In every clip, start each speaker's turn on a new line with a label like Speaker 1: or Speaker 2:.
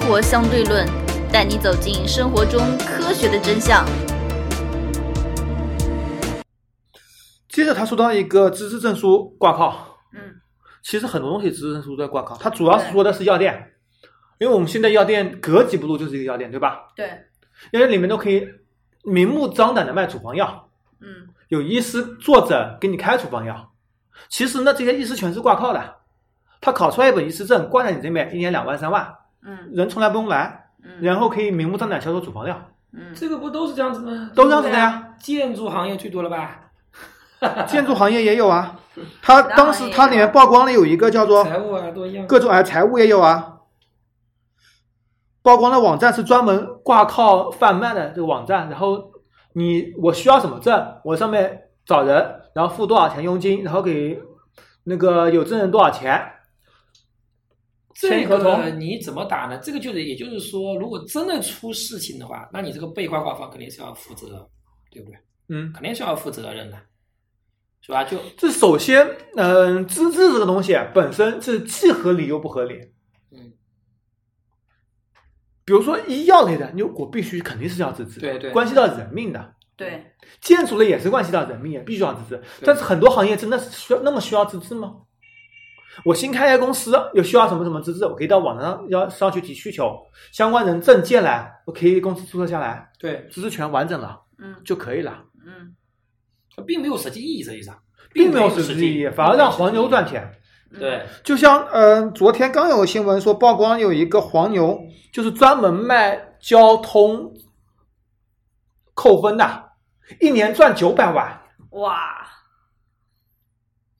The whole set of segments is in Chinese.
Speaker 1: 活相对论》，带你走进生活中科学的真相。
Speaker 2: 接着他说到一个资质证书挂靠，
Speaker 1: 嗯，
Speaker 2: 其实很多东西资质证书都在挂靠，他主要是说的是药店，因为我们现在药店隔几步路就是一个药店，对吧？
Speaker 1: 对，
Speaker 2: 药店里面都可以明目张胆的卖处方药，
Speaker 1: 嗯，
Speaker 2: 有医师坐诊给你开处方药，其实呢这些医师全是挂靠的，他考出来一本医师证挂在你这边，一年两万三万，
Speaker 1: 嗯
Speaker 2: 人从来不用来，
Speaker 1: 嗯，
Speaker 2: 然后可以明目张胆销售处方药，
Speaker 1: 嗯，
Speaker 3: 这个不都是这样子吗？
Speaker 2: 都这样子的
Speaker 3: 对
Speaker 2: 呀
Speaker 3: 不对。建筑行业最多了吧？
Speaker 2: 建筑行业也有啊，他
Speaker 1: 其他
Speaker 2: 当时
Speaker 1: 行业
Speaker 2: 他
Speaker 1: 也
Speaker 2: 里
Speaker 1: 有啊
Speaker 2: 面曝光了有一个叫做
Speaker 3: 财务啊，都一样。
Speaker 2: 各种哎财务也有啊。曝光的网站是专门挂靠贩卖的这个网站，然后你我需要什么证，我上面找人，然后付多少钱佣金，然后给那个有证人多少钱，签
Speaker 3: 这
Speaker 2: 一合
Speaker 3: 个
Speaker 2: 同。
Speaker 3: 你怎么打呢？这个就是，也就是说，如果真的出事情的话，那你这个被挂挂方肯定是要负责，对不对？
Speaker 2: 嗯，
Speaker 3: 肯定是要负责任的，是吧？就
Speaker 2: 这首先，嗯、资质这个东西啊本身是既合理又不合理。
Speaker 3: 嗯，
Speaker 2: 比如说医药类的，你我必须肯定是要资质，
Speaker 3: 对对
Speaker 2: 关系到人命的。
Speaker 1: 对，
Speaker 2: 建筑类也是关系到人命，也必须要资质。但是很多行业真的是需要那么需要资质吗？我新开业公司有需要什么什么资质，我可以到网上要上去提需求，相关人证件来，我可以公司注册下来，
Speaker 3: 对，
Speaker 2: 资质全完整了
Speaker 1: 嗯
Speaker 2: 就可以了，
Speaker 1: 嗯
Speaker 3: 它并没有实际意义，实际上
Speaker 2: 并没
Speaker 3: 没
Speaker 2: 有
Speaker 3: 实
Speaker 2: 实质意义，
Speaker 3: 义，
Speaker 2: 反而让黄牛赚。钱。
Speaker 3: 对，
Speaker 2: 就像嗯、呃昨天刚有新闻说曝光有一个黄牛，就是专门卖交通扣分的，一年赚九百万，
Speaker 1: 哇，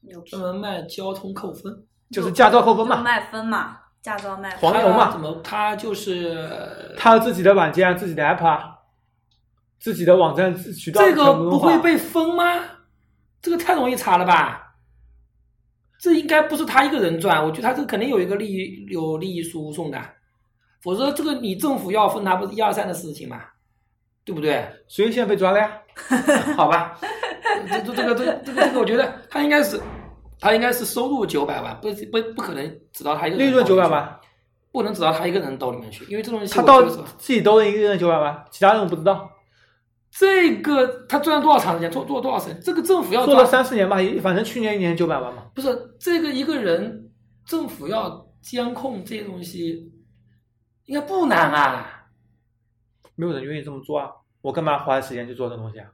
Speaker 1: 牛逼
Speaker 3: 专，门卖交通扣分，
Speaker 2: 就是驾照扣分
Speaker 1: 就
Speaker 2: 嘛。
Speaker 1: 卖分嘛，驾照卖分
Speaker 2: 黄，牛
Speaker 3: 他
Speaker 2: 嘛
Speaker 3: 怎，么他就是呃
Speaker 2: 他有自己的软件、自己的 app 啊，自己的网站渠道
Speaker 3: 这个
Speaker 2: 全部
Speaker 3: 不
Speaker 2: 都化
Speaker 3: 会被封吗？这个太容易查了吧？这应该不是他一个人赚，我觉得他这肯定有一个利益有利益输送的，否则这个你政府要分他不是一二三的事情嘛，对不对？
Speaker 2: 所以现在被抓了 呀。
Speaker 3: 好 吧，这这这个这个这个这个，我觉得他应该是他应该是收入九百万，不不不可能只到他一个人
Speaker 2: 利润
Speaker 3: 兜
Speaker 2: 九
Speaker 3: 里
Speaker 2: 百
Speaker 3: 面去，
Speaker 2: 万，
Speaker 3: 不能只到他一个人兜里面去，因为这东西
Speaker 2: 他
Speaker 3: 我
Speaker 2: 到
Speaker 3: 觉得是
Speaker 2: 自己兜里一个人九百万，其他人我不知道。
Speaker 3: 这个他赚了多少长时间，做做了多少时间，这个政府要
Speaker 2: 做
Speaker 3: 抓
Speaker 2: 了三四年吧，也反正去年一年九百万嘛。
Speaker 3: 不是这个一个人，政府要监控这些东西，应该不难啊。
Speaker 2: 没有人愿意这么做啊，我干嘛花时间去做这东西啊？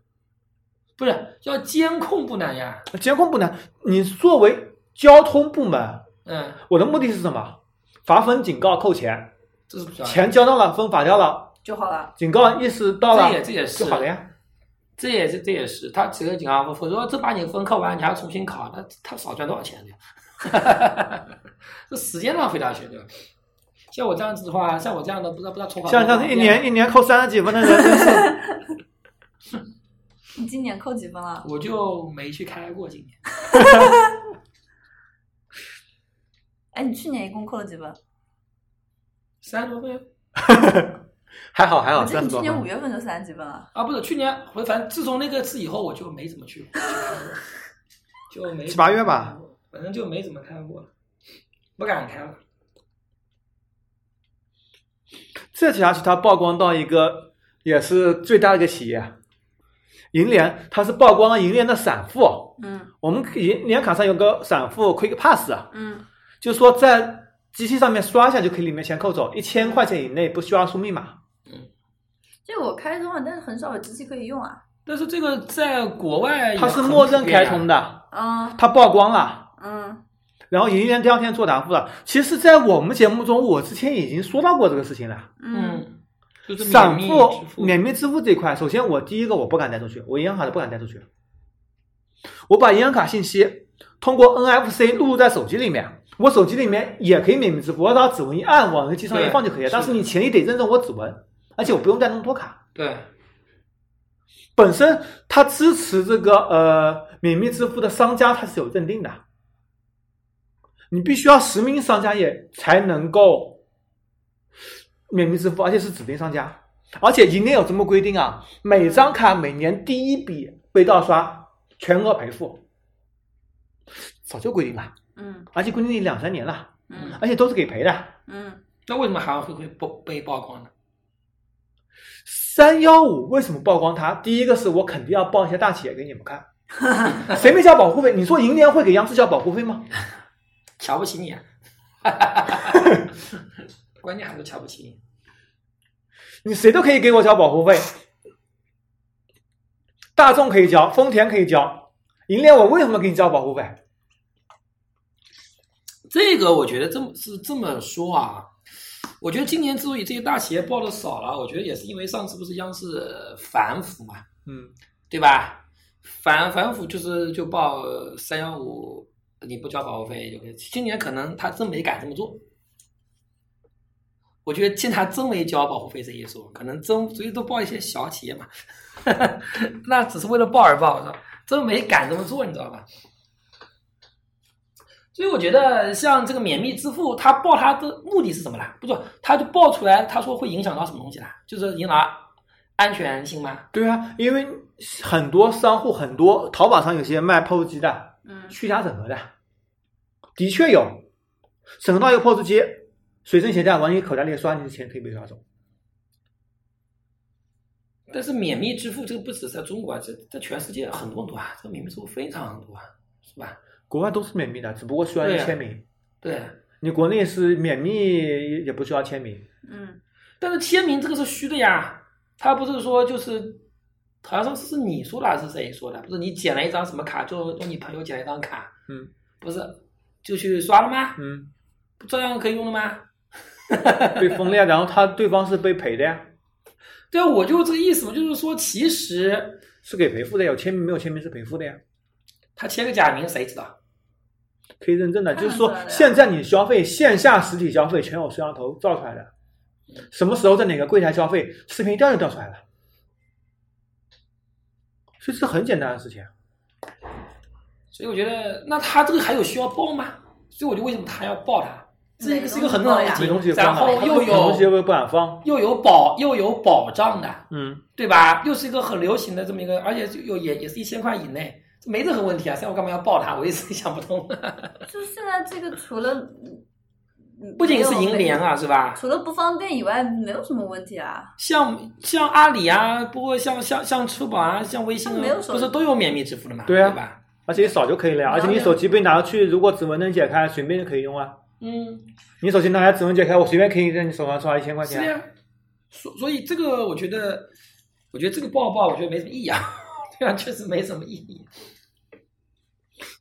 Speaker 3: 不是要监控不难呀，
Speaker 2: 监控不难，你作为交通部门，
Speaker 3: 嗯，
Speaker 2: 我的目的是什么？罚分、警告、扣钱，
Speaker 3: 这是不是啊
Speaker 2: 钱交到了，分罚掉了，
Speaker 1: 就好了，
Speaker 2: 警告意识到
Speaker 3: 啊这
Speaker 2: 了
Speaker 3: 也这也是
Speaker 2: 就好了呀。
Speaker 3: 这也是这也是他只有警告分，否则这把你分扣完，你还要重新考，那他少赚多少钱呢？ 这时间浪费大学对吧？像我这样子的话，像我这样的不知道不知道重考
Speaker 2: 像
Speaker 3: 多少
Speaker 2: 像是一
Speaker 3: 遍
Speaker 2: 年一年扣三十几 分的人，真是
Speaker 1: 你今年扣几分了？
Speaker 3: 我就没去开过今年，
Speaker 1: 哎，你去年一共扣了几分？
Speaker 3: 三十多分
Speaker 2: 还好还
Speaker 1: 我
Speaker 2: 好，
Speaker 1: 记得
Speaker 2: 三
Speaker 1: 你
Speaker 2: 十多
Speaker 1: 去年
Speaker 2: 分
Speaker 1: 五。月份就三十几分了。
Speaker 3: 啊，不是去年，我反正自从那个次以后，我就没怎么去过，就 没
Speaker 2: 七八月吧，
Speaker 3: 反正就没怎么开过了，不敢开了。
Speaker 2: 这家是它曝光到一个也是最大的一个企业，啊银联，它是曝光了银联的闪付。
Speaker 1: 嗯
Speaker 2: 我们银联卡上有个闪付 Quick Pass，啊
Speaker 1: 嗯
Speaker 2: 就是说在机器上面刷一下就可以里面钱扣走，一千块钱以内不需要输密码。
Speaker 1: 这个我开通了，但是很少有机器可以用啊。
Speaker 3: 但是这个在国外也
Speaker 2: 它是
Speaker 3: 很
Speaker 2: 默认
Speaker 3: 普遍啊
Speaker 2: 开通，的，
Speaker 1: 嗯
Speaker 2: 它曝光了。
Speaker 1: 嗯
Speaker 2: 然后银联第二天做答复了。其实，在我们节目中，我之前已经说到过这个事情了。
Speaker 1: 嗯
Speaker 3: 嗯，就是免
Speaker 2: 闪
Speaker 3: 密
Speaker 2: 付
Speaker 3: 支、付
Speaker 2: 免密支付这一块，首先我第一个我不敢带出去，我银行卡都不敢带出去。我把银行卡信息通过 NFC 录入在手机里面，我手机里面也可以免密支付，我只要指纹一按，往那个机上一放就可以了。
Speaker 3: 对
Speaker 2: 但
Speaker 3: 是
Speaker 2: 是
Speaker 3: 的
Speaker 2: 你前提得认证我指纹，而且我不用带那么多卡。
Speaker 3: 对，
Speaker 2: 本身它支持这个呃免密支付的商家，它是有认定的，你必须要实名商家也才能够免密支付，而且是指定商家，而且银联有这么规定啊，每张卡每年第一笔被盗刷全额赔付，早就规定了，
Speaker 1: 嗯
Speaker 2: 而且规定两三年了，
Speaker 1: 嗯
Speaker 2: 而且都是给赔的，
Speaker 1: 嗯
Speaker 3: 那为什么还会会曝被曝光呢？
Speaker 2: 三幺五为什么曝光它？第一个是我肯定要报一些大企业给你们看，谁没交保护费？你说银联会给央视交保护费吗？
Speaker 3: 瞧不起 你、啊，关键还是瞧不起你。
Speaker 2: 你谁都可以给我交保护费，大众可以交，丰田可以交，银联我为什么给你交保护费？
Speaker 3: 这个我觉得这么是这么说啊，我觉得今年之所以这些大企业报的少了，我觉得也是因为上次不是央视反腐嘛，
Speaker 2: 嗯，
Speaker 3: 对吧？反反腐就是就报三幺五，你不交保护费就可以。今年可能他真没敢这么做，我觉得见他真没交保护费这一说，可能真所以都报一些小企业嘛， 那只是为了报而报，是吧？真没敢这么做，你知道吧？所以我觉得像这个免密支付，他报它的目的是什么啦？不是，他就报出来，他说会影响到什么东西啦？就是影响安全性吗？
Speaker 2: 对啊，因为很多商户，很多淘宝上有些卖 POS 机的，
Speaker 1: 嗯
Speaker 2: 虚假整合的，的确有，整合到一个 POS 机，随身携带，往你口袋里刷，你的钱可以被刷走。
Speaker 3: 但是免密支付这个不只是在中国啊，这在全世界很多很多啊，这个免密支付非常多啊，是吧？
Speaker 2: 国外都是免密的，只不过需要
Speaker 3: 对
Speaker 2: 你
Speaker 3: 啊
Speaker 2: 签名。
Speaker 3: 对，
Speaker 2: 你国内是免密，也不需要签名。
Speaker 1: 嗯
Speaker 3: 但是签名这个是虚的呀，他不是说就是，好像是你说的还是谁说的？不是你捡了一张什么卡，就用你朋友捡了一张卡，
Speaker 2: 嗯
Speaker 3: 不是就去刷了吗？
Speaker 2: 嗯，
Speaker 3: 不照样可以用的吗？
Speaker 2: 被封了呀，然后他对方是被赔的呀，
Speaker 3: 对啊，我就这个意思嘛，就是说，其实
Speaker 2: 是给赔付的呀，有签名没有签名是赔付的呀，
Speaker 3: 他签个假名，谁知道？
Speaker 2: 可以认证的。
Speaker 1: 看
Speaker 2: 就
Speaker 1: 得
Speaker 2: 是
Speaker 1: 出
Speaker 2: 说
Speaker 1: 来，的呀
Speaker 2: 现在你消费线下实体消费全有摄像头照出来的，什么时候在哪个柜台消费，视频一调就调出来了。所以这是很简单的事情啊。
Speaker 1: 哎
Speaker 3: 所以我觉得，那他这个还有需要报吗？所以我就为什么他要报他？这个是一个很重要的
Speaker 2: 没
Speaker 3: 问
Speaker 2: 东
Speaker 3: 题，
Speaker 2: 西放
Speaker 3: 然
Speaker 2: 了，
Speaker 3: 后
Speaker 1: 没
Speaker 3: 又
Speaker 1: 东
Speaker 2: 有东西
Speaker 3: 有
Speaker 2: 又不敢放。
Speaker 3: 又有保又有保障的，
Speaker 2: 嗯，
Speaker 3: 对吧？又是一个很流行的这么一个，而且就又也也是一千块以内，这没任何问题啊。所以我干嘛要报他？我一直想不 通。
Speaker 1: 就现在这个除了嗯嗯
Speaker 3: 不仅是
Speaker 1: 没有
Speaker 3: 银联啊，是吧？
Speaker 1: 除了不方便以外，没有什么问题啊。
Speaker 3: 像像阿里啊，不过像像像支付宝啊，像微信
Speaker 1: 他没
Speaker 3: 啊
Speaker 1: 有，手
Speaker 3: 不是都有免密支付的嘛？
Speaker 2: 对啊
Speaker 3: 对吧？
Speaker 2: 而且你扫就可以了呀，而且你手机被拿去，如果指纹能解开，随便就可以用啊。
Speaker 3: 嗯，
Speaker 2: 你手机拿来指纹解开，我随便可以在你手上刷一千块
Speaker 3: 是的
Speaker 2: 钱啊。
Speaker 3: 呀，所所以这个我觉得，我觉得这个报报我觉得没什么意义啊， 对啊，确实没什么意义。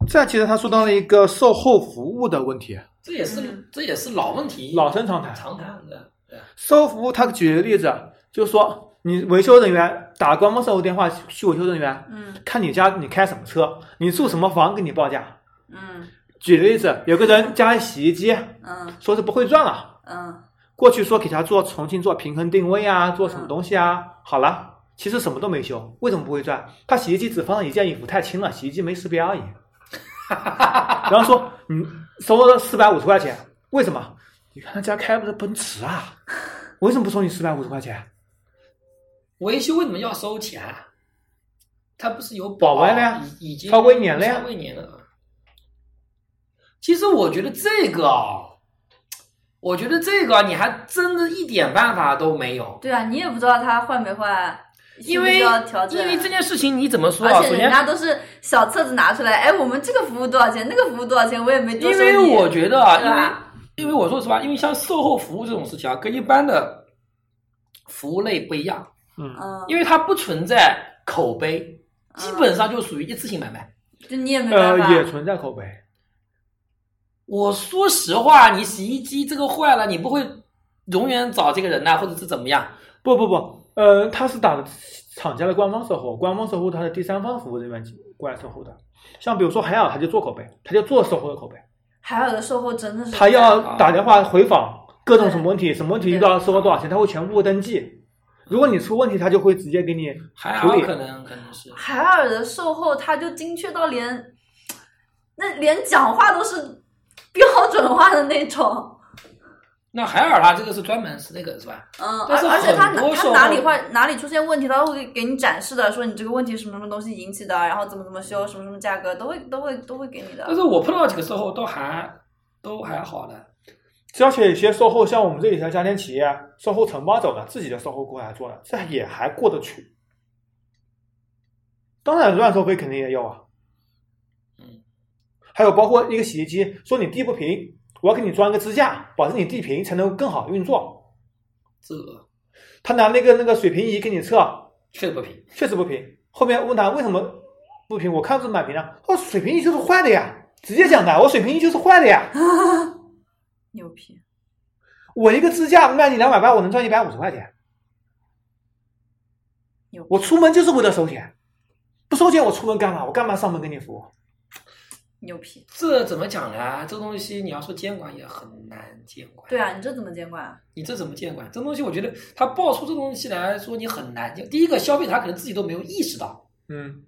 Speaker 2: 再其实他说到了一个售后服务的问题，
Speaker 3: 这也是、
Speaker 1: 嗯
Speaker 3: 这也是老问题，
Speaker 2: 老生常谈。
Speaker 3: 常谈的。对啊
Speaker 2: 售后服务，他举个例子，啊就是说你维修人员打官方售后电话去维修人员，
Speaker 1: 嗯
Speaker 2: 看你家你开什么车，你住什么房，给你报价。
Speaker 1: 嗯
Speaker 2: 举个例子，有个人家里洗衣机
Speaker 1: 嗯
Speaker 2: 说是不会转了，
Speaker 1: 嗯
Speaker 2: 过去说给他做重新做平衡定位啊，做什么东西啊，好了，其实什么都没修，为什么不会转？他洗衣机只放了一件衣服，太轻了，洗衣机没识别而 已。然后说你收了四百五十块钱，为什么？你看他家开的是奔驰啊，我为什么不收你四百五十块钱？
Speaker 3: 维修为什么要收钱啊？它不是有
Speaker 2: 保外了呀
Speaker 3: 已已经
Speaker 2: 超过一年了呀
Speaker 3: 超过一年了啊。其实我觉得这个啊，我觉得这个啊你还真的一点办法都没有，
Speaker 1: 对啊，你也不知道他换没换，需
Speaker 3: 因
Speaker 1: 不
Speaker 3: 为
Speaker 1: 需要调整
Speaker 3: 因为这件事情你怎么说啊？首
Speaker 1: 而且
Speaker 3: 先
Speaker 1: 人家都是小册子拿出来，哎，我们这个服务多少钱，那个服务多少钱，我也没多
Speaker 3: 因
Speaker 1: 收你。
Speaker 3: 为我觉得啊，
Speaker 1: 对吧
Speaker 3: 因为因为我说实话，因为像售后服务这种事情啊，跟一般的服务类不一样，
Speaker 2: 嗯，
Speaker 1: 嗯，
Speaker 3: 因为它不存在口碑，
Speaker 1: 嗯
Speaker 3: 基本上就属于一次性买卖。
Speaker 1: 就你也没办法。
Speaker 2: 呃，也存在口碑，
Speaker 3: 我说实话，你洗衣机这个坏了，你不会永远找这个人呐、或者是怎么样？
Speaker 2: 不不不，呃，他是打的厂家的官方售后，官方售后他是第三方服务人员过来售后的，像比如说海尔，他就做口碑，他就做售后的口碑。
Speaker 1: 海尔的售后真的是
Speaker 2: 他要打电话回访各种什么问题，什么问题遇到收了多少钱，他会全部登记。如果你出问题，他就会直接给你。
Speaker 3: 海
Speaker 2: 处
Speaker 3: 尔
Speaker 2: 理
Speaker 3: 可能可能是，
Speaker 1: 海尔的售后，他就精确到连那连讲话都是标准化的那种。
Speaker 3: 那海尔它这个是专门是那个是吧？
Speaker 1: 嗯，
Speaker 3: 但
Speaker 1: 而
Speaker 3: 是
Speaker 1: 而且他
Speaker 3: 很
Speaker 1: 哪
Speaker 3: 多
Speaker 1: 他
Speaker 3: 售后
Speaker 1: 哪里坏哪里出现问题，他都会给你展示的，说你这个问题是什么什么东西引起的，然后怎么怎么修，什么什么价格都会都会都会给你的
Speaker 3: 但。是我碰到几个售后都还都还好的，
Speaker 2: 而且有些售后，像我们这里的家庭企业，售后承包者呢，自己的售后过来做了，这也还过得去。当然，乱收费肯定也有啊。
Speaker 3: 嗯，
Speaker 2: 还有包括一个洗衣机，说你地不平，我要给你装一个支架，保证你地平才能更好运作。
Speaker 3: 这
Speaker 2: 他拿那个那个水平仪给你测，
Speaker 3: 确实不平。
Speaker 2: 确实不平。后面问他为什么不平，我看不是满屏了，哦，水平仪就是坏的呀，直接讲的，我水平仪就是坏的呀。
Speaker 1: 牛批，
Speaker 2: 我一个支架卖你两百八，我能赚一百五十块钱。
Speaker 1: 牛
Speaker 2: 我出门就是为了收钱，不收钱我出门干嘛？我干嘛上门给你服务？
Speaker 1: 牛批。
Speaker 3: 这怎么讲呢？这个东西你要说监管也很难监管。
Speaker 1: 对啊，你这怎么监管啊？
Speaker 3: 你这怎么监管？这东西我觉得他爆出这东西来说你很难监。第一个，消费者他可能自己都没有意识到，
Speaker 2: 嗯，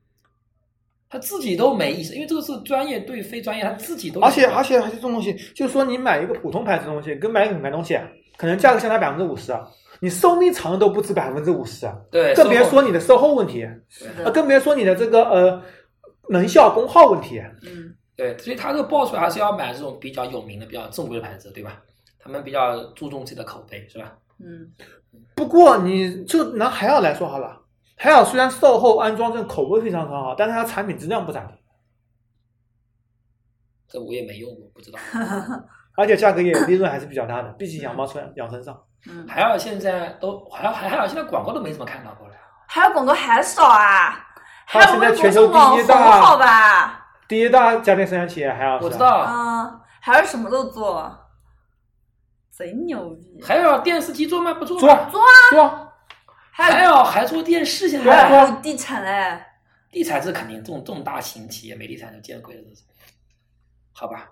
Speaker 3: 他自己都没意识，因为这个是专业对非专业，他自己都
Speaker 2: 嗯而且
Speaker 3: 意识不到
Speaker 2: 而且还是这种东西，就是说你买一个普通牌子的东西，跟买一个品牌东西，啊可能价格相差百分之五十，啊你寿命长都不止百分之五十，啊
Speaker 3: 对，
Speaker 2: 更别
Speaker 3: 售后
Speaker 2: 说你的售后问题，
Speaker 1: 是
Speaker 2: 呃，
Speaker 1: 的，
Speaker 2: 更别说你的这个呃能效功耗问题。啊
Speaker 1: 嗯，
Speaker 3: 对，所以他这个爆出来还是要买这种比较有名的、比较正规的牌子，对吧？他们比较注重自己的口碑，是吧？
Speaker 1: 嗯，
Speaker 2: 不过你就拿海尔来说好了，海尔虽然售后安装这口碑非常很好，但是它产品质量不咋地，
Speaker 3: 这我也没用过，不 知道。
Speaker 2: 而且价格也利润还是比较大
Speaker 3: 嗯
Speaker 2: 的，毕竟羊毛出在羊身上。
Speaker 1: 嗯，
Speaker 3: 海尔现在都海尔海尔现在广告都没怎么看到过了。
Speaker 1: 还有广告还少啊，还
Speaker 2: 它
Speaker 1: 有
Speaker 2: 现在
Speaker 1: 微博
Speaker 2: 全
Speaker 1: 是
Speaker 2: 球第一
Speaker 1: 网红
Speaker 2: 大，
Speaker 1: 好吧？
Speaker 2: 第一大家电生产企业海尔啊是吧，
Speaker 3: 我知道
Speaker 1: 嗯，还有什么都做，贼牛逼。
Speaker 3: 海尔电视机做吗？不做啊
Speaker 2: 做啊
Speaker 3: 吧。
Speaker 2: 是吧？
Speaker 1: 还
Speaker 3: 海
Speaker 1: 有
Speaker 3: 尔还做电视，现
Speaker 2: 对
Speaker 1: 还
Speaker 3: 在
Speaker 2: 啊
Speaker 1: 有房地产哎嘞，
Speaker 3: 地产是肯定这种这种大型企业没地产就见鬼了，这是。好吧，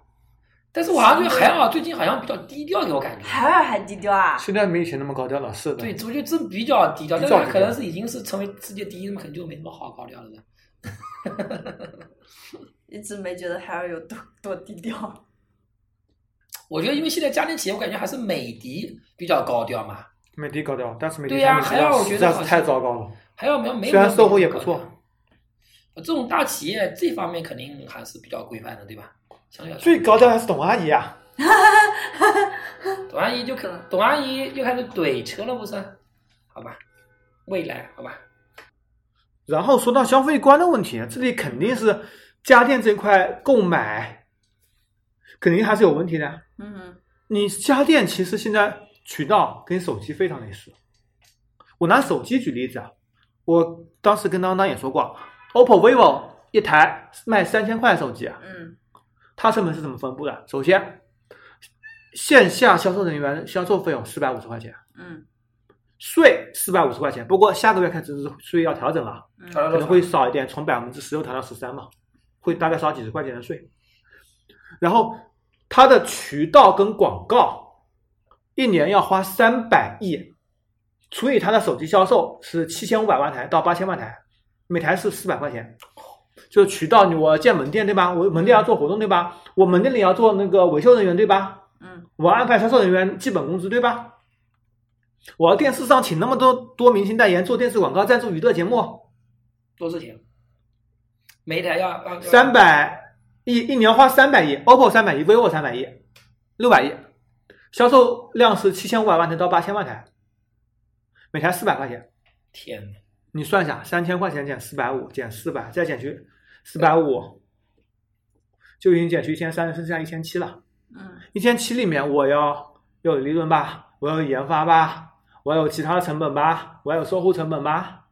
Speaker 3: 但是我好像对海尔最近好像比较低调，给我感觉。
Speaker 1: 海尔还低调啊？
Speaker 2: 现在没以前那么高调了，是的。
Speaker 3: 对，我觉得这比较低调，
Speaker 2: 比
Speaker 3: 但
Speaker 2: 较
Speaker 3: 是
Speaker 2: 低
Speaker 3: 可
Speaker 2: 调
Speaker 3: 能是已经是成为世界第一，那么可能就没什么好高调的了。
Speaker 1: 一直没觉得海尔有多多低调。
Speaker 3: 我觉得，因为现在家电企业，我感觉还是美的比较高调嘛，
Speaker 2: 美的高调，但是美的
Speaker 3: 对呀
Speaker 2: 产品质
Speaker 3: 海尔
Speaker 2: 量
Speaker 3: 我觉
Speaker 2: 实
Speaker 3: 得
Speaker 2: 在
Speaker 3: 好
Speaker 2: 是
Speaker 3: 像
Speaker 2: 太糟糕了。
Speaker 3: 还有没有没有？
Speaker 2: 虽然售后也不错，
Speaker 3: 这种大企业这方面肯定还是比较规范的，对吧？相对来说
Speaker 2: 最高调还是董阿姨啊，
Speaker 3: 董阿姨就可能，董阿姨又开始怼车了，不是？好吧，未来好吧，
Speaker 2: 然后说到消费观的问题，啊这里肯定是家电这块购买肯定还是有问题的。
Speaker 1: 嗯哼，
Speaker 2: 你家电其实现在渠道跟手机非常类似。我拿手机举例子啊，我当时跟当当也说过，OPPO、vivo 一台卖三千块手机啊，
Speaker 1: 嗯
Speaker 2: 它成本是怎么分布的？首先，线下销售人员销售费用四百五十块钱，
Speaker 1: 嗯
Speaker 2: 税四百五十块钱。不过下个月开始是税要调整了，
Speaker 1: 嗯
Speaker 3: 调到
Speaker 2: 可
Speaker 3: 多
Speaker 2: 能
Speaker 3: 少
Speaker 2: 会少一点，从百分之十六调到十三嘛，会大概少几十块钱的税。然后它的渠道跟广告一年要花三百亿，除以它的手机销售是七千五百万台到八千万台，每台是四百块钱。就渠道，我建门店对吧？我门店要做活动对吧？我门店里要做那个维修人员对吧？
Speaker 1: 嗯
Speaker 2: 我安排销售人员基本工资，对吧？我要电视上请那么多多明星代言，做电视广告，赞助娱乐节目，
Speaker 3: 多挣钱，每一台要要要
Speaker 2: 三百亿一年花三百亿，OPPO 三百亿，vivo 三百亿，六百亿，销售量是七千五百万台到八千万台，每台四百块钱，
Speaker 3: 天呐，
Speaker 2: 你算一下，三千块钱减四百五，减四百，再减去四百五，就已经减去一千三，剩下一千七了。
Speaker 1: 嗯
Speaker 2: 一千七里面，我要有利润吧，我要有研发吧，我要有其他的成本吧，我要有售后成本吧。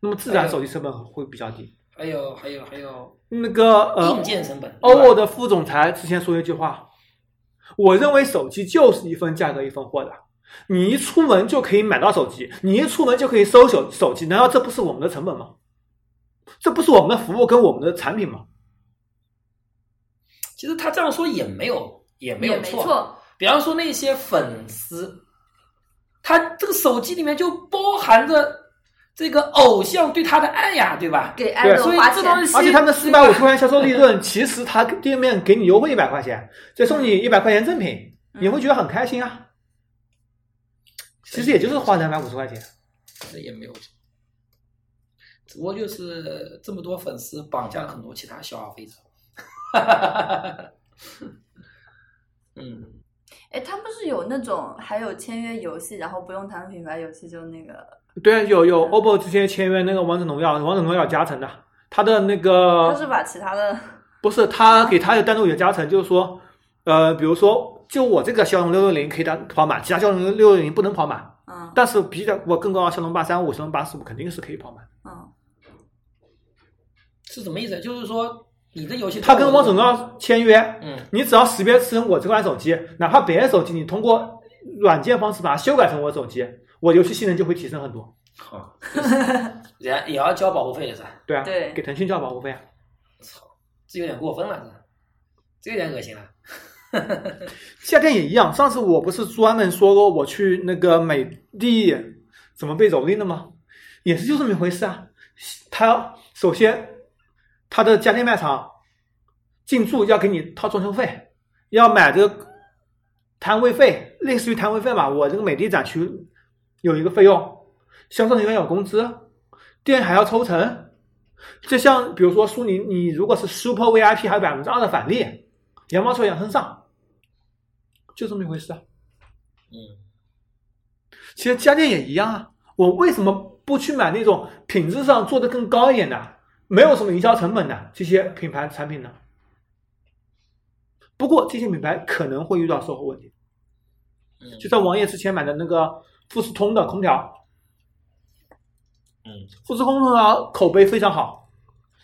Speaker 2: 那么自
Speaker 3: 哎
Speaker 2: 然手机成本会比较低。
Speaker 3: 还有还有还有
Speaker 2: 那个呃
Speaker 3: 硬件成本，
Speaker 2: ，OPPO 的副总裁之前说一句话，我认为手机就是一分价格一分货的，你一出门就可以买到手机，你一出门就可以收手手机，难道这不是我们的成本吗？这不是我们的服务跟我们的产品吗？
Speaker 3: 其实他这样说也没有也没
Speaker 1: 也
Speaker 3: 有
Speaker 1: 没
Speaker 3: 错，
Speaker 1: 错，
Speaker 3: 比方说那些粉丝，他这个手机里面就包含着这个偶像对他的爱呀，对吧？
Speaker 1: 给安卓
Speaker 3: 所以
Speaker 1: 花
Speaker 3: 这东
Speaker 1: 钱，
Speaker 3: 西，
Speaker 2: 而且他们的四百五十块钱销售利润， 其实他店面给你优惠一百块钱，再送你一百块钱赠品，你会觉得很开心啊。其实也就是花两百五十块钱，
Speaker 3: 这也没有错，只不过就是这么多粉丝绑架了很多其他消费者。 嗯，
Speaker 1: 哎，他们是有那种还有签约游戏，然后不用他们品牌游戏就那个，
Speaker 2: 对啊，有有 OPPO 之前签约那个王者荣耀，王者荣耀加成的，他的那
Speaker 1: 他
Speaker 3: 嗯
Speaker 2: 个
Speaker 1: 是把其他的
Speaker 2: 不是他给他有单独有加成，就是说，呃，比如说就我这个骁龙六六零可以单跑满，其他骁龙六六零不能跑满，
Speaker 1: 嗯
Speaker 2: 但是比较我更高的骁龙八三五、骁龙八四五肯定是可以跑满。
Speaker 1: 嗯
Speaker 3: 是什么意思？就是说你的游戏
Speaker 2: 他跟王者荣耀签约，
Speaker 3: 嗯
Speaker 2: 你只要识别成我这款手机，哪怕别人手机，你通过软件方式把它修改成我手机，我游戏性能就会提升很多。
Speaker 3: 好， 也也要交保护费的是吧？
Speaker 2: 对啊，
Speaker 1: 对
Speaker 2: 给腾讯交保护费啊。
Speaker 3: 这有点过分了，这这有点恶心了。
Speaker 2: 夏天也一样。上次我不是专门说过我去那个美的怎么被蹂躏的吗？也是就这么一回事啊。他首先他的家电卖场进驻要给你掏装修费，要买这个摊位费，类似于摊位费嘛。我这个美的展区有一个费用，销售人员有工资，店还要抽成。就像比如说苏宁，你如果是 Super VIP，还有百分之二的返利，羊毛出在羊身上。就这么一回事啊。
Speaker 3: 嗯，
Speaker 2: 其实家电也一样啊，我为什么不去买那种品质上做的更高一点的，没有什么营销成本的这些品牌产品呢？不过这些品牌可能会遇到售后问题，
Speaker 3: 嗯
Speaker 2: 就在王爷之前买的那个富士通的空调，
Speaker 3: 嗯
Speaker 2: 富士通空调口碑非常好，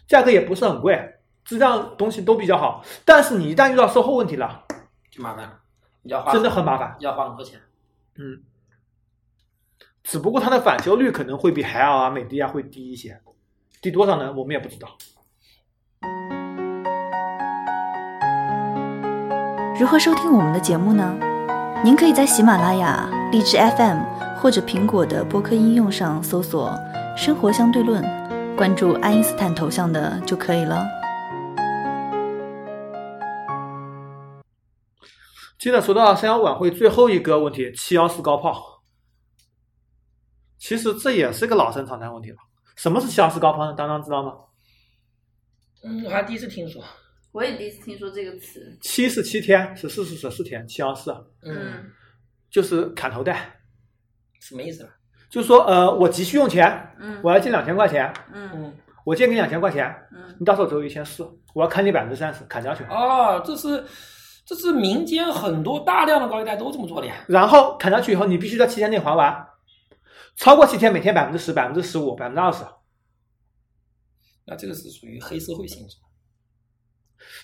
Speaker 2: 价格也不是很贵，质量东西都比较好，但是你一旦遇到售后问题了，
Speaker 3: 就麻烦了，你要花
Speaker 2: 真的很麻烦。
Speaker 3: 要花很多钱。
Speaker 2: 嗯，只不过它的返修率可能会比海尔啊、美的啊会低一些，低多少呢？我们也不知道。
Speaker 4: 如何收听我们的节目呢？您可以在喜马拉雅、荔枝 FM 或者苹果的播客应用上搜索“生活相对论”，关注爱因斯坦头像的就可以了。
Speaker 2: 接着说到三幺晚会最后一个问题，七幺四高炮。其实这也是个老生常谈问题了。什么是七幺四高炮呢？当当知道吗？
Speaker 3: 嗯，我还第一次听说。
Speaker 1: 我也第一次听说这个词，
Speaker 2: 七是七天，十四是十四天，七幺四啊
Speaker 1: 嗯
Speaker 2: 就是砍头贷，
Speaker 3: 什么意思了？
Speaker 2: 就是说呃，我急需用钱，
Speaker 1: 嗯
Speaker 2: 我要借两千块钱，
Speaker 1: 嗯
Speaker 3: 嗯，
Speaker 2: 我借给你两千块钱，
Speaker 1: 嗯
Speaker 2: 你到手只有一千四，我要砍你百分之三十，砍下去。
Speaker 3: 哦，这是这是民间很多大量的高利贷都这么做的呀。
Speaker 2: 然后砍下去以后，你必须在七天内还完，超过七天，每天百分之十、百分之十五、百分之二十。
Speaker 3: 那这个是属于黑社会性质。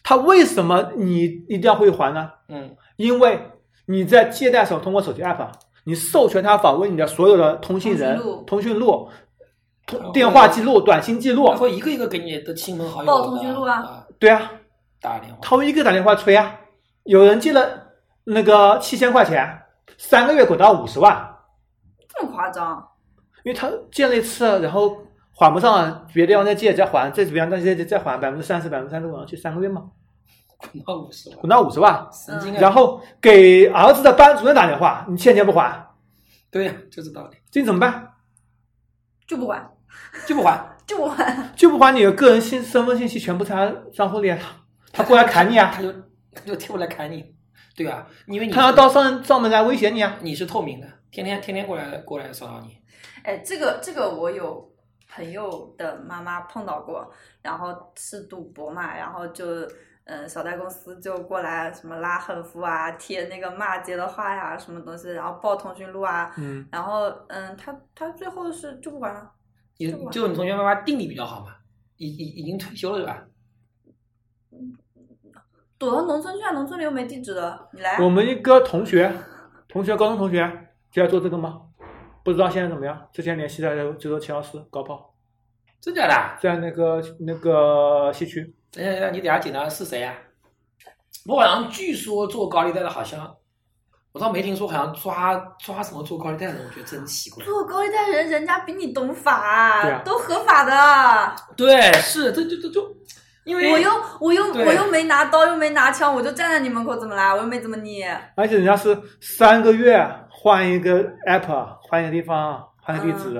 Speaker 2: 他为什么你一定要会还呢？
Speaker 3: 嗯
Speaker 2: 因为你在借贷时候通过手机 app，你啊授权他访问你的所有的通信人
Speaker 1: 通讯录、
Speaker 2: 通讯录、
Speaker 3: 然
Speaker 2: 通
Speaker 3: 后
Speaker 2: 电话记录、短信记录
Speaker 3: 他，会一个一个给你的亲朋好友
Speaker 1: 报通讯录啊
Speaker 3: 的，
Speaker 2: 对啊，
Speaker 3: 打电话。
Speaker 2: 他会一个打电话催啊。有人借了那个七千块钱，三个月滚到五十万，
Speaker 1: 这么夸张？
Speaker 2: 因为他借了一次，然后还不上了，别的地方再借再还，再怎么样再借再还百分之三十、百分之三十滚上去，三个月嘛，
Speaker 3: 滚到五十万，
Speaker 2: 滚到五十万。
Speaker 3: 神经啊！
Speaker 2: 然后给儿子的班主任打电话，你欠钱不还，
Speaker 3: 对呀，就是道理，
Speaker 2: 这你怎么办？
Speaker 1: 就不管，
Speaker 3: 就不还，
Speaker 1: 就不管，
Speaker 2: 就不把你的个人信身份信息全部在他账户里啊，他过来砍你啊，
Speaker 3: 他就他就贴过来砍你，对啊，因为你
Speaker 2: 他要到上上门来威胁你啊。
Speaker 3: 你是透明的，天天天天过来过来骚扰你，
Speaker 1: 哎，这个这个我有朋友的妈妈碰到过，然后是赌博嘛，然后就。嗯，小贷公司就过来什么拉横幅啊，贴那个骂街的话呀，什么东西，然后报通讯录啊，
Speaker 2: 嗯，
Speaker 1: 然后嗯，他他最后是就不管了，
Speaker 3: 你
Speaker 1: 对啊
Speaker 3: 就你同学妈妈定力比较好嘛，已已已经退休了对吧？
Speaker 1: 躲到农村去啊，农村里又没地址的，你来啊。
Speaker 2: 我们一个同学，同学高中同学就在做这个吗？不知道现在怎么样。之前联系的就说七幺四高炮，
Speaker 3: 真假的？
Speaker 2: 在那个那个西区，
Speaker 3: 等一下等一下，你等一下紧张是谁啊？我好像据说做高利贷的，好像我倒没听说，好像抓抓什么做高利贷的，我觉得真奇怪。
Speaker 1: 做高利贷人，人家比你懂法、啊
Speaker 2: 对啊
Speaker 1: 都合法的。
Speaker 3: 对，是这就就就因为
Speaker 1: 我又我又
Speaker 3: 对
Speaker 1: 我又没拿刀，又没拿枪，我就站在你门口，怎么啦？我又没怎么你。
Speaker 2: 而且人家是三个月换一个 app，换一个地方，换个地址。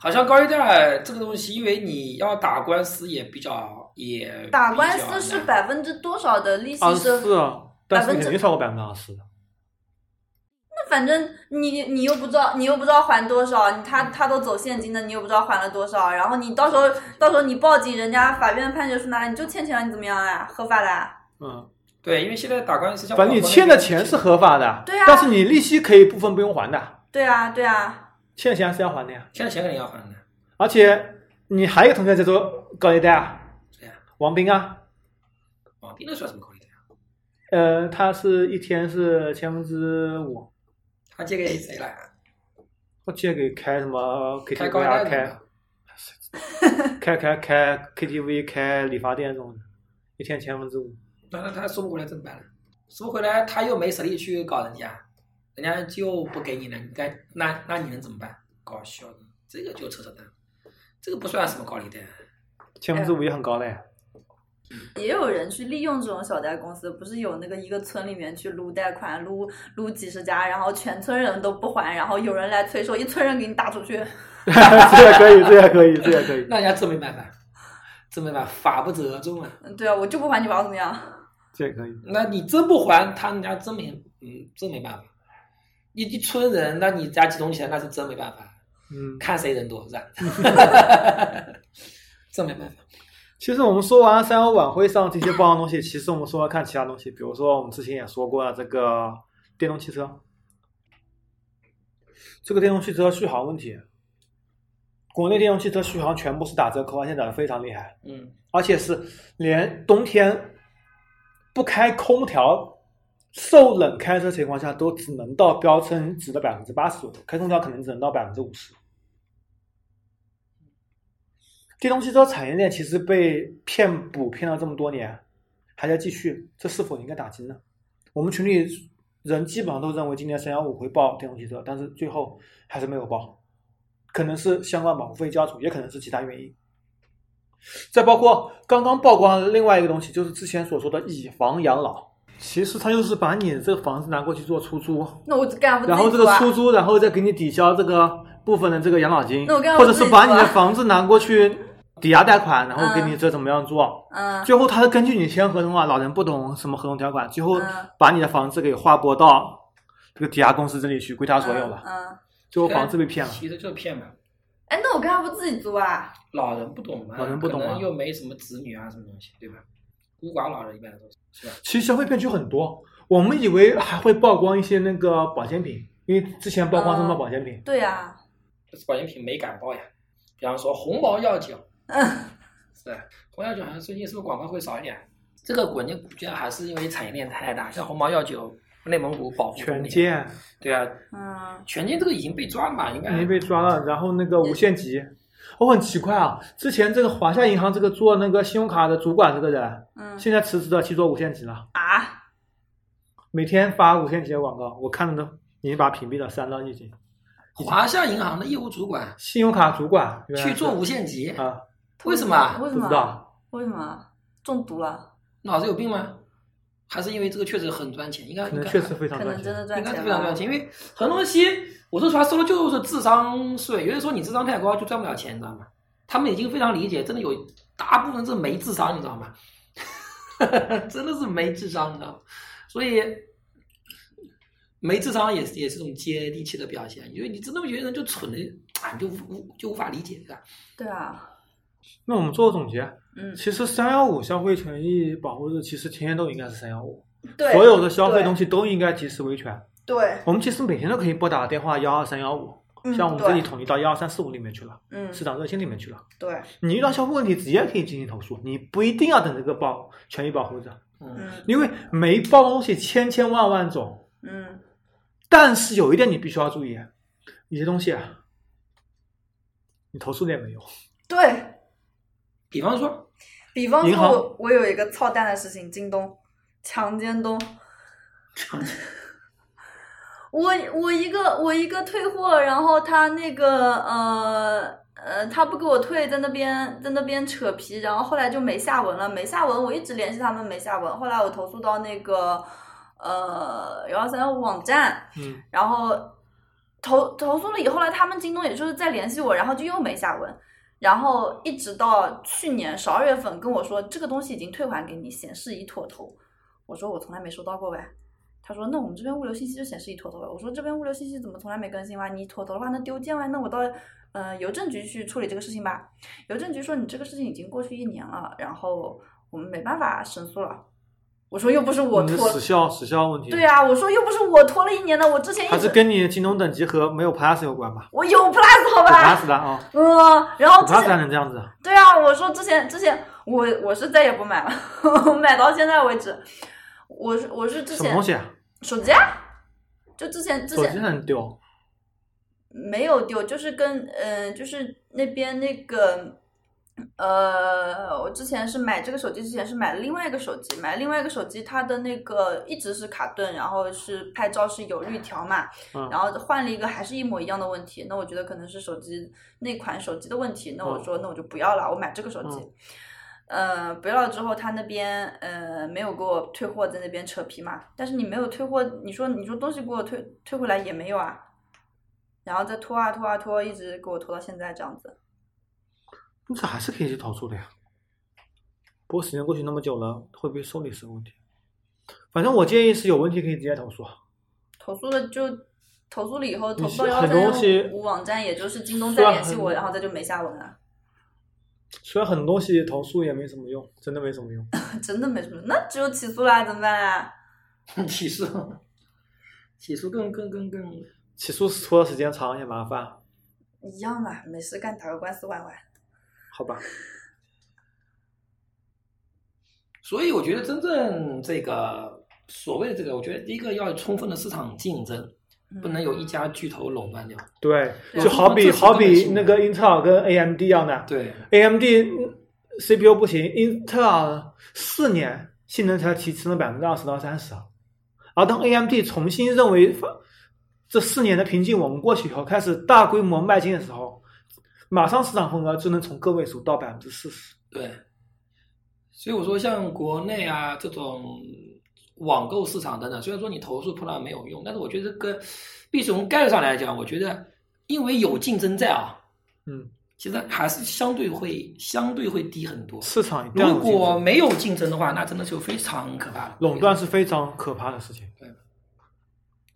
Speaker 3: 好像高利贷这个东西，因为你要打官司也比较也
Speaker 1: 打官司
Speaker 3: 比较
Speaker 1: 是
Speaker 3: 难
Speaker 1: 百分之多少的利息
Speaker 2: 二十
Speaker 1: 是？
Speaker 2: 啊四，但是
Speaker 1: 百分
Speaker 2: 肯
Speaker 1: 之
Speaker 2: 定超过百分之二十的。
Speaker 1: 那反正你你又不知道，你又不知道还多少，你
Speaker 2: 嗯
Speaker 1: 他他都走现金的，你又不知道还了多少，然后你到时候到时候你报警，人家法院判决书拿来，你就欠钱了，你怎么样啊？合法的啊、
Speaker 2: 嗯，
Speaker 3: 对，因为现在打官司像
Speaker 2: 反正你欠的钱是合法的，
Speaker 1: 对啊
Speaker 2: 但是你利息可以部分不用还的，
Speaker 1: 对啊，对啊，
Speaker 2: 欠的钱还是要还的呀。
Speaker 3: 欠的钱肯定要还的，
Speaker 2: 而且你还有一个同学叫做高利贷啊，
Speaker 3: 对呀、
Speaker 2: 王斌啊，
Speaker 3: 网订那算什么高利贷啊？
Speaker 2: 呃，他是一天是千分之五，
Speaker 3: 他借给谁了？
Speaker 2: 我借给开什么
Speaker 3: 开高利
Speaker 2: KTV 啊，开
Speaker 3: 贷的。
Speaker 2: 开开开 KTV 开理发店这种的，一天千分之五。
Speaker 3: 那那他收不回来怎么办呢？收不回来他又没实力去搞人家，人家就不给你了，你该那那你能怎么办？搞笑的，这个就扯扯淡，这个不算什么高利贷。啊
Speaker 2: 千分之五也很高嘞，
Speaker 1: 也有人去利用这种小贷公司，不是有那个一个村里面去撸贷款，撸撸几十家，然后全村人都不还，然后有人来催收，一村人给你打出去。
Speaker 2: 这也可以，这也可以，这也可以。
Speaker 3: 那人家真没办法，真没办法，法不责众啊。
Speaker 1: 嗯对啊，我就不还，你把我怎么样？
Speaker 2: 这也可以。
Speaker 3: 那你真不还，他人家真没，嗯，真没办法。一一村人，那你家集中起来，那是真没办法，
Speaker 2: 嗯，
Speaker 3: 看谁人多是吧？ 真没办法。
Speaker 2: 其实我们说完三幺晚会上这些不好的东西，其实我们说要看其他东西，比如说我们之前也说过了这个电动汽车，这个电动汽车续航问题，国内电动汽车续航全部是打折扣，而且打得非常厉害，
Speaker 3: 嗯，
Speaker 2: 而且是连冬天不开空调。受冷开车情况下都只能到标称值的百分之八十左右，开空调可能只能到百分之五十。电动汽车产业链其实被骗补骗了这么多年，还在继续，这是否应该打击呢？我们群里人基本上都认为今年三幺五会报电动汽车，但是最后还是没有报，可能是相关保护费加足，也可能是其他原因。再包括刚刚曝光的另外一个东西，就是之前所说的以房养老，其实它就是把你这个房子拿过去做出租，
Speaker 1: 那我干哦我自己
Speaker 2: 然后这
Speaker 1: 住
Speaker 2: 个
Speaker 1: 啊
Speaker 2: 出租，然后再给你抵消这个部分的这个养老金，
Speaker 1: 那我干
Speaker 2: 或者是把你
Speaker 1: 我自
Speaker 2: 的
Speaker 1: 己做啊
Speaker 2: 房子拿过去抵押贷款，然后给你这怎么样做？
Speaker 1: 嗯，
Speaker 2: 最后他是根据你签合同啊，老人不懂什么合同条款，最后
Speaker 1: 嗯
Speaker 2: 把你的房子给划拨到这个抵押公司这里去，归他所有了。
Speaker 1: 嗯。嗯，
Speaker 2: 最后房子被骗了，
Speaker 3: 其实就是骗嘛，
Speaker 1: 哎，那我干嘛不自己租啊？
Speaker 3: 老人不懂嘛，
Speaker 2: 老人不懂啊
Speaker 3: 可能又没什么子女啊，什么东西，对吧？孤寡老人一般都是，是吧？
Speaker 2: 其实消费骗局很多，我们以为还会曝光一些那个保健品，因为之前曝光什么
Speaker 1: 嗯
Speaker 2: 保健品，
Speaker 1: 对啊，
Speaker 3: 保健品没敢报呀。比方说鸿茅 药酒，
Speaker 1: 嗯，
Speaker 3: 是吧鸿茅药酒好像最近是不是广告会少一点？这个国内股价还是因为产业链太大，像鸿茅药酒、内蒙古保护
Speaker 2: 权
Speaker 3: 工业，
Speaker 2: 健
Speaker 3: 对啊，
Speaker 1: 嗯，
Speaker 3: 权健这个已经被抓了嘛，应该
Speaker 2: 已经被抓了，然后那个无限极，我、很奇怪啊，之前这个华夏银行这个做那个信用卡的主管这个人，
Speaker 1: 嗯
Speaker 2: 现在辞职了去做无限极了，
Speaker 1: 啊，
Speaker 2: 每天发无限极的广告，我看着都已经把他屏蔽了删了已经。
Speaker 3: 华夏银行的业务主管
Speaker 2: 信用卡主管原来
Speaker 3: 去
Speaker 2: 是
Speaker 3: 做无限极，
Speaker 2: 啊，
Speaker 3: 为什么啊？
Speaker 1: 为什
Speaker 2: 不
Speaker 1: 么？
Speaker 2: 知道，
Speaker 1: 为什么啊中毒了？
Speaker 3: 脑子有病吗？还是因为这个确实很赚钱？应该
Speaker 2: 可
Speaker 3: 应
Speaker 2: 能
Speaker 3: 该
Speaker 2: 确实非常
Speaker 1: 可
Speaker 2: 赚
Speaker 1: 能真
Speaker 2: 钱。
Speaker 1: 的赚
Speaker 3: 应该
Speaker 1: 钱
Speaker 3: 是非
Speaker 1: 了。
Speaker 3: 常赚钱，因为很多东西，我说实话，收了就是智商税。有的时候你智商太高就赚不了钱，你知道吗？他们已经非常理解，真的有大部分是没智商，你知道吗？ 真的是没智商，你知道吗？所以没智商也是也是种接地气的表现。因为你真的有些人就蠢的，啊，你就无无就无法理解，对吧？
Speaker 1: 对啊，
Speaker 2: 那我们做个总结，
Speaker 1: 嗯，
Speaker 2: 其实三幺五消费权益保护日其实天天都应该是三幺五，
Speaker 1: 对，
Speaker 2: 所有的消费东西都应该及时维权。
Speaker 1: 对，
Speaker 2: 我们其实每天都可以拨打电话幺二三幺五，
Speaker 1: 嗯
Speaker 2: 像我们这里
Speaker 1: 对
Speaker 2: 统一到幺二三四五里面去了，
Speaker 1: 嗯，
Speaker 2: 市场热线里面去了。
Speaker 1: 对，
Speaker 2: 你遇到消费问题，直接可以进行投诉，你不一定要等这个保权益保护者，
Speaker 3: 嗯，
Speaker 1: 嗯
Speaker 2: 因为没报东西千千万万种。
Speaker 1: 嗯，
Speaker 2: 但是有一点你必须要注意，有些东西啊，你投诉了也没用。
Speaker 1: 对
Speaker 3: 比方说，
Speaker 1: 比方
Speaker 2: 银
Speaker 1: 说
Speaker 2: 行
Speaker 1: 我，我有一个操蛋的事情，京东强奸东。 我我一个我一个退货，然后他那个呃呃，他不给我退，在那边在那边扯皮，然后后来就没下文了，没下文，我一直联系他们没下文，后来我投诉到那个呃幺二三幺五网站，
Speaker 2: 嗯，
Speaker 1: 然后投投诉了以后呢，他们京东也就是再联系我，然后就又没下文，然后一直到去年十二月份跟我说这个东西已经退还给你，显示已妥投。我说我从来没收到过呗。他说那我们这边物流信息就显示已妥投了。我说这边物流信息怎么从来没更新哇？你妥投的话那丢件哇？那我到呃邮政局去处理这个事情吧。邮政局说你这个事情已经过去一年了，然后我们没办法申诉了。我说又不是我
Speaker 2: 你的
Speaker 1: 拖，
Speaker 2: 时效时效问题，
Speaker 1: 对啊，我说又不是我拖了一年的，我之前
Speaker 2: 还
Speaker 1: 一
Speaker 2: 是
Speaker 1: 直
Speaker 2: 跟你京东等级和没有 Plus 有关吧？
Speaker 1: 我有 plus 好
Speaker 2: 有 Plus
Speaker 1: 吧？
Speaker 2: 的啊，
Speaker 1: 嗯，然后
Speaker 2: 有
Speaker 1: 之
Speaker 2: Plus 还
Speaker 1: 前
Speaker 2: 能这样子啊？
Speaker 1: 对啊，我说之前之前我我是再也不买了， 买到现在为止，我是我是之
Speaker 2: 什么
Speaker 1: 前
Speaker 2: 东西啊？
Speaker 1: 手机啊，就之前之
Speaker 2: 手机
Speaker 1: 前
Speaker 2: 还能丢？
Speaker 1: 没有丢，就是跟嗯、呃就是那边那个。呃，我之前是买这个手机之前是买了另外一个手机，买了另外一个手机，它的那个一直是卡顿，然后是拍照是有绿条嘛，
Speaker 2: 嗯
Speaker 1: 然后换了一个还是一模一样的问题，那我觉得可能是手机那款手机的问题，那我说那我就不要了，我买这个手机。呃，不要了之后，他那边呃没有给我退货，在那边扯皮嘛。但是你没有退货，你说你说东西给我退退回来也没有啊，然后再拖啊拖啊拖，一直给我拖到现在这样子。
Speaker 2: 不是还是可以去投诉的呀。不过时间过去那么久了，会不会受理是个问题。反正我建议是有问题可以直接投啊诉。
Speaker 1: 投诉了就投诉了以后，
Speaker 2: 你
Speaker 1: 投
Speaker 2: 是
Speaker 1: 诉到幺
Speaker 2: 很多
Speaker 1: 三
Speaker 2: 东西
Speaker 1: 五网站，也就是京东
Speaker 2: 虽
Speaker 1: 再
Speaker 2: 然
Speaker 1: 联系
Speaker 2: 很
Speaker 1: 我，然后他就没下文啊了，
Speaker 2: 虽然很多东西投诉也没什么用，真的没什么用。
Speaker 1: 真的没什么。那只有起诉啦，怎么办啊？
Speaker 3: 起诉，起诉更更更更，
Speaker 2: 起诉拖的时间长也麻烦，
Speaker 1: 一样嘛，没事干打个官司玩玩。
Speaker 2: 好吧？
Speaker 3: 所以我觉得真正这个所谓的这个，我觉得第一个要有充分的市场竞争，不
Speaker 1: 嗯
Speaker 3: 能有一家
Speaker 2: 嗯
Speaker 3: 巨头垄断掉。
Speaker 2: 对，
Speaker 1: 对
Speaker 2: 就好比
Speaker 3: 这是根本
Speaker 2: 好比
Speaker 3: 性
Speaker 2: 那个英特尔跟 AMD 一样的
Speaker 3: 对，
Speaker 2: ，AMD CPU 不行，英特尔四年性能才提升了百分之二十到三十，啊而当 AMD 重新认为发这四年的瓶颈我们过去以后，开始大规模迈进的时候，马上市场份额就能从个位数到百分之四十。
Speaker 3: 对，所以我说像国内啊这种网购市场等等，虽然说你投诉破烂没有用，但是我觉得这个必从概率上来讲，我觉得因为有竞争在啊，
Speaker 2: 嗯，
Speaker 3: 其实还是相对会相对会低很多。
Speaker 2: 市场一定要有
Speaker 3: 如
Speaker 2: 竞争
Speaker 3: 果没有竞争的话，那真的就非常可怕了。
Speaker 2: 垄断是非常可怕的事情。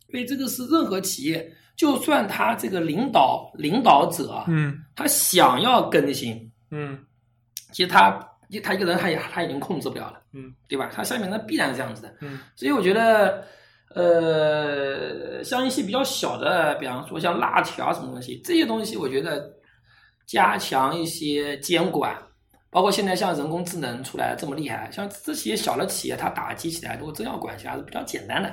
Speaker 3: 因为这个是任何企业，就算他这个领导领导者啊，
Speaker 2: 嗯
Speaker 3: 他想要更新，
Speaker 2: 嗯
Speaker 3: 其实他他一个人他也他已经控制不了了，
Speaker 2: 嗯
Speaker 3: 对吧？他下面那必然是这样子的。
Speaker 2: 嗯
Speaker 3: 所以我觉得，呃，像一些比较小的，比方说像辣条啊什么东西，这些东西我觉得加强一些监管，包括现在像人工智能出来这么厉害，像这些小的企业，它打击起来如果真要管起来还是比较简单的。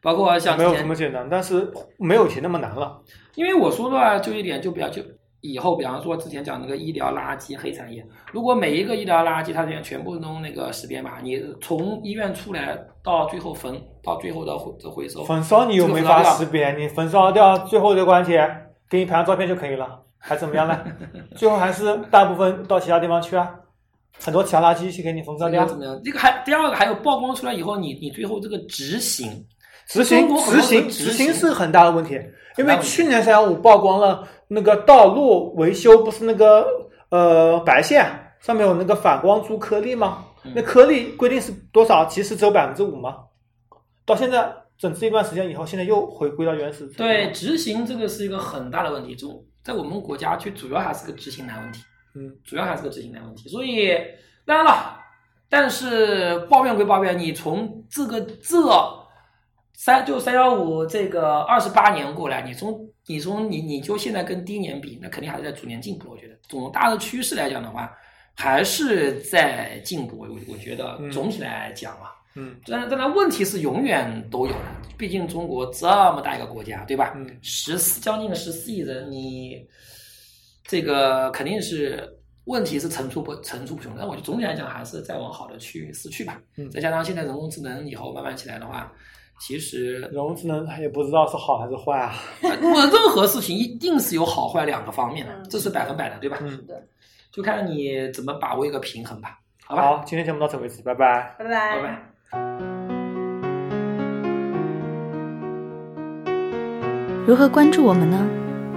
Speaker 3: 包括像
Speaker 2: 没
Speaker 3: 之
Speaker 2: 有这
Speaker 3: 前
Speaker 2: 么简单，但是没有以前那么难了。
Speaker 3: 因为我说的话就一点，就比较就以后，比方说之前讲那个医疗垃圾黑产业，如果每一个医疗垃圾它全全部弄那个识别码，你从医院出来到最后焚，到最后的回回收，
Speaker 2: 焚烧你又没法识别，你焚烧掉最后的关节，给你拍张照片就可以了，还怎么样呢？最后还是大部分到其他地方去啊，很多其他垃圾去给你焚烧
Speaker 3: 这个
Speaker 2: 掉
Speaker 3: 怎。么样？这个还第二个还有曝光出来以后，你你最后这个执行，
Speaker 2: 执行
Speaker 3: 中国很
Speaker 2: 执
Speaker 3: 多
Speaker 2: 行
Speaker 3: 的执
Speaker 2: 执行
Speaker 3: 行
Speaker 2: 是很大的问题，因为
Speaker 3: 很大问题
Speaker 2: 去年三幺五曝光了那个道路维修不是那个呃白线上面有那个反光珠颗粒吗？
Speaker 3: 嗯
Speaker 2: 那颗粒规定是多少？其实只有百分之五吗？到现在整治一段时间以后，现在又回归到原始。
Speaker 3: 对，执行这个是一个很大的问题，就在我们国家就主要还是个执行难问题，
Speaker 2: 嗯，
Speaker 3: 主要还是个执行难问题。所以当然了，但是抱怨归抱怨，你从这个这三就三幺五这个二十八年过来，你从你从你你就现在跟第一年比，那肯定还是在逐年进步。我觉得总大的趋势来讲的话，还是在进步。我我觉得
Speaker 2: 嗯
Speaker 3: 总体来讲啊。
Speaker 2: 嗯
Speaker 3: 但当然，问题是永远都有的。毕竟中国这么大一个国家，对吧？
Speaker 2: 嗯
Speaker 3: 十四将近十四亿人，你这个肯定是问题是层出不层出不穷。但我觉得总体来讲，还是再往好的去市区吧。
Speaker 2: 嗯
Speaker 3: 再加上现在人工智能以后慢慢起来的话，其实呃
Speaker 2: 人工智能也不知道是好还是坏啊。
Speaker 3: 我任何事情一定是有好坏两个方面的
Speaker 1: 嗯，
Speaker 3: 这是百分百的，对吧？
Speaker 2: 嗯，
Speaker 3: 就看你怎么把握一个平衡吧。好吧，
Speaker 2: 好，今天节目到此为止，拜拜。
Speaker 1: 拜
Speaker 3: 拜
Speaker 1: 拜
Speaker 3: 拜。
Speaker 4: 如何关注我们呢？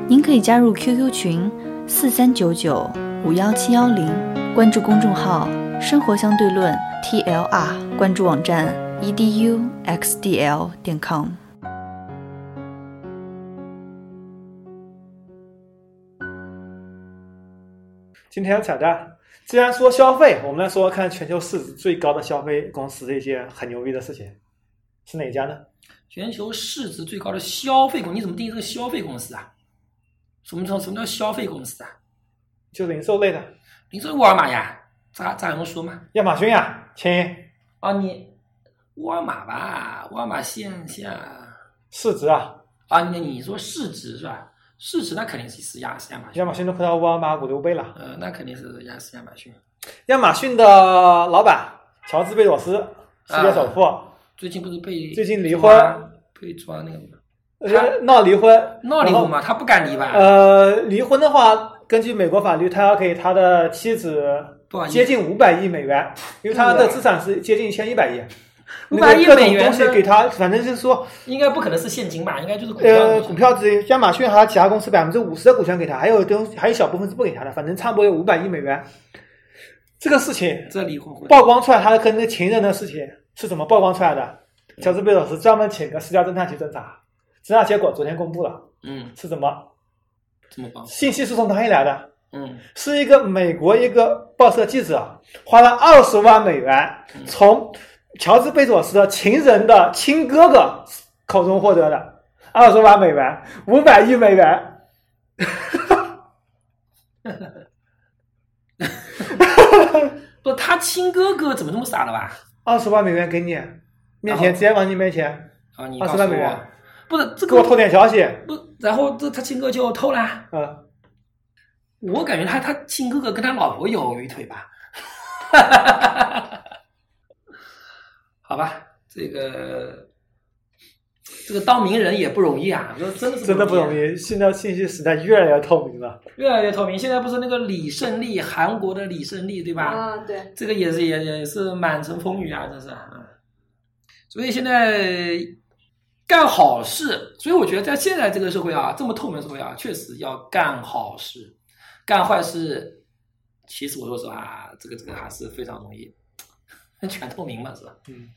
Speaker 4: 您可以加入 QQ 群四三九九五幺七幺零，关注公众号“生活相对论 ”TLR，关注网站 E eduxdl 点 com。
Speaker 2: 今天彩蛋，既然说消费，我们来说说看全球市值最高的消费公司的一些很牛逼的事情，是哪家呢？
Speaker 3: 全球市值最高的消费公司，你怎么定义这个消费公司啊？什么叫什么叫消费公司啊？
Speaker 2: 就零售类的，
Speaker 3: 你说沃尔玛呀？这这还用说吗？
Speaker 2: 亚马逊呀、前一
Speaker 3: 啊，你沃尔玛吧，沃尔玛
Speaker 2: 嗯
Speaker 3: 线下
Speaker 2: 市值啊，
Speaker 3: 啊，你你说市值是吧？市值那肯定是是亚是亚马逊，
Speaker 2: 亚马逊都快到沃尔玛五六倍了。
Speaker 3: 呃，那肯定是亚是亚马逊。
Speaker 2: 亚马逊的老板乔治贝佐斯，世界首富，
Speaker 3: 最近不是被
Speaker 2: 最近离
Speaker 3: 抓
Speaker 2: 婚
Speaker 3: 被抓那个吗？
Speaker 2: 呃闹离婚，
Speaker 3: 闹离
Speaker 2: 然后
Speaker 3: 婚嘛，他不敢离吧？
Speaker 2: 呃，离婚的话，根据美国法律，他要给他的妻子
Speaker 3: 多少亿
Speaker 2: 接近五百亿美元，因为他的资产是接近一千一百亿。
Speaker 3: 500亿
Speaker 2: 那个各
Speaker 3: 美
Speaker 2: 种
Speaker 3: 元
Speaker 2: 东西
Speaker 3: 呢
Speaker 2: 给他，反正就是说，
Speaker 3: 应该不可能是现金吧？应该就是股票。
Speaker 2: 呃，股票之类，亚马逊还有其他公司百分之五十的股权给他，还有东西还有一小部分是不给他的，反正差不多有五百亿美元。这个事情
Speaker 3: 这离婚会
Speaker 2: 曝光出来，他跟那情人的事情是怎么曝光出来的？乔治贝佐斯专门请个私家侦探去侦查，侦查结果昨天公布了，
Speaker 3: 嗯，
Speaker 2: 是怎么
Speaker 3: 这么棒，
Speaker 2: 信息是从哪里来的？
Speaker 3: 嗯，
Speaker 2: 是一个美国一个报社记者花了二十万美元，从乔治贝佐斯的情人的亲哥哥口中获得的二十万美元，五百亿美元。
Speaker 3: 不，他亲哥哥怎么这么傻了吧？
Speaker 2: 二十万美元给你，面前
Speaker 3: 然后
Speaker 2: 直接往你面前，
Speaker 3: 啊，你
Speaker 2: 20
Speaker 3: 告诉
Speaker 2: 万美
Speaker 3: 我
Speaker 2: 元，
Speaker 3: 不是这
Speaker 2: 给
Speaker 3: 个
Speaker 2: 我偷点消息。
Speaker 3: 不，然后这他亲哥就偷啊啦。
Speaker 2: 嗯，
Speaker 3: 我感觉他他亲哥哥跟他老婆有一腿吧。好吧，这个这个当名人也不容易啊，我说真的是
Speaker 2: 真的不容
Speaker 3: 易，
Speaker 2: 易，现在信息时代越来越透明了。
Speaker 3: 越来越透明。现在不是那个李胜利，韩国的李胜利对吧？
Speaker 1: 啊，对，
Speaker 3: 这个也是也也是满城风雨啊，真是啊。所以现在干好事，所以我觉得在现在这个社会啊，这么透明的社会啊，确实要干好事，干坏事，啊其实我说实话，这个这个还是非常容易，全透明嘛，是吧？
Speaker 2: 嗯，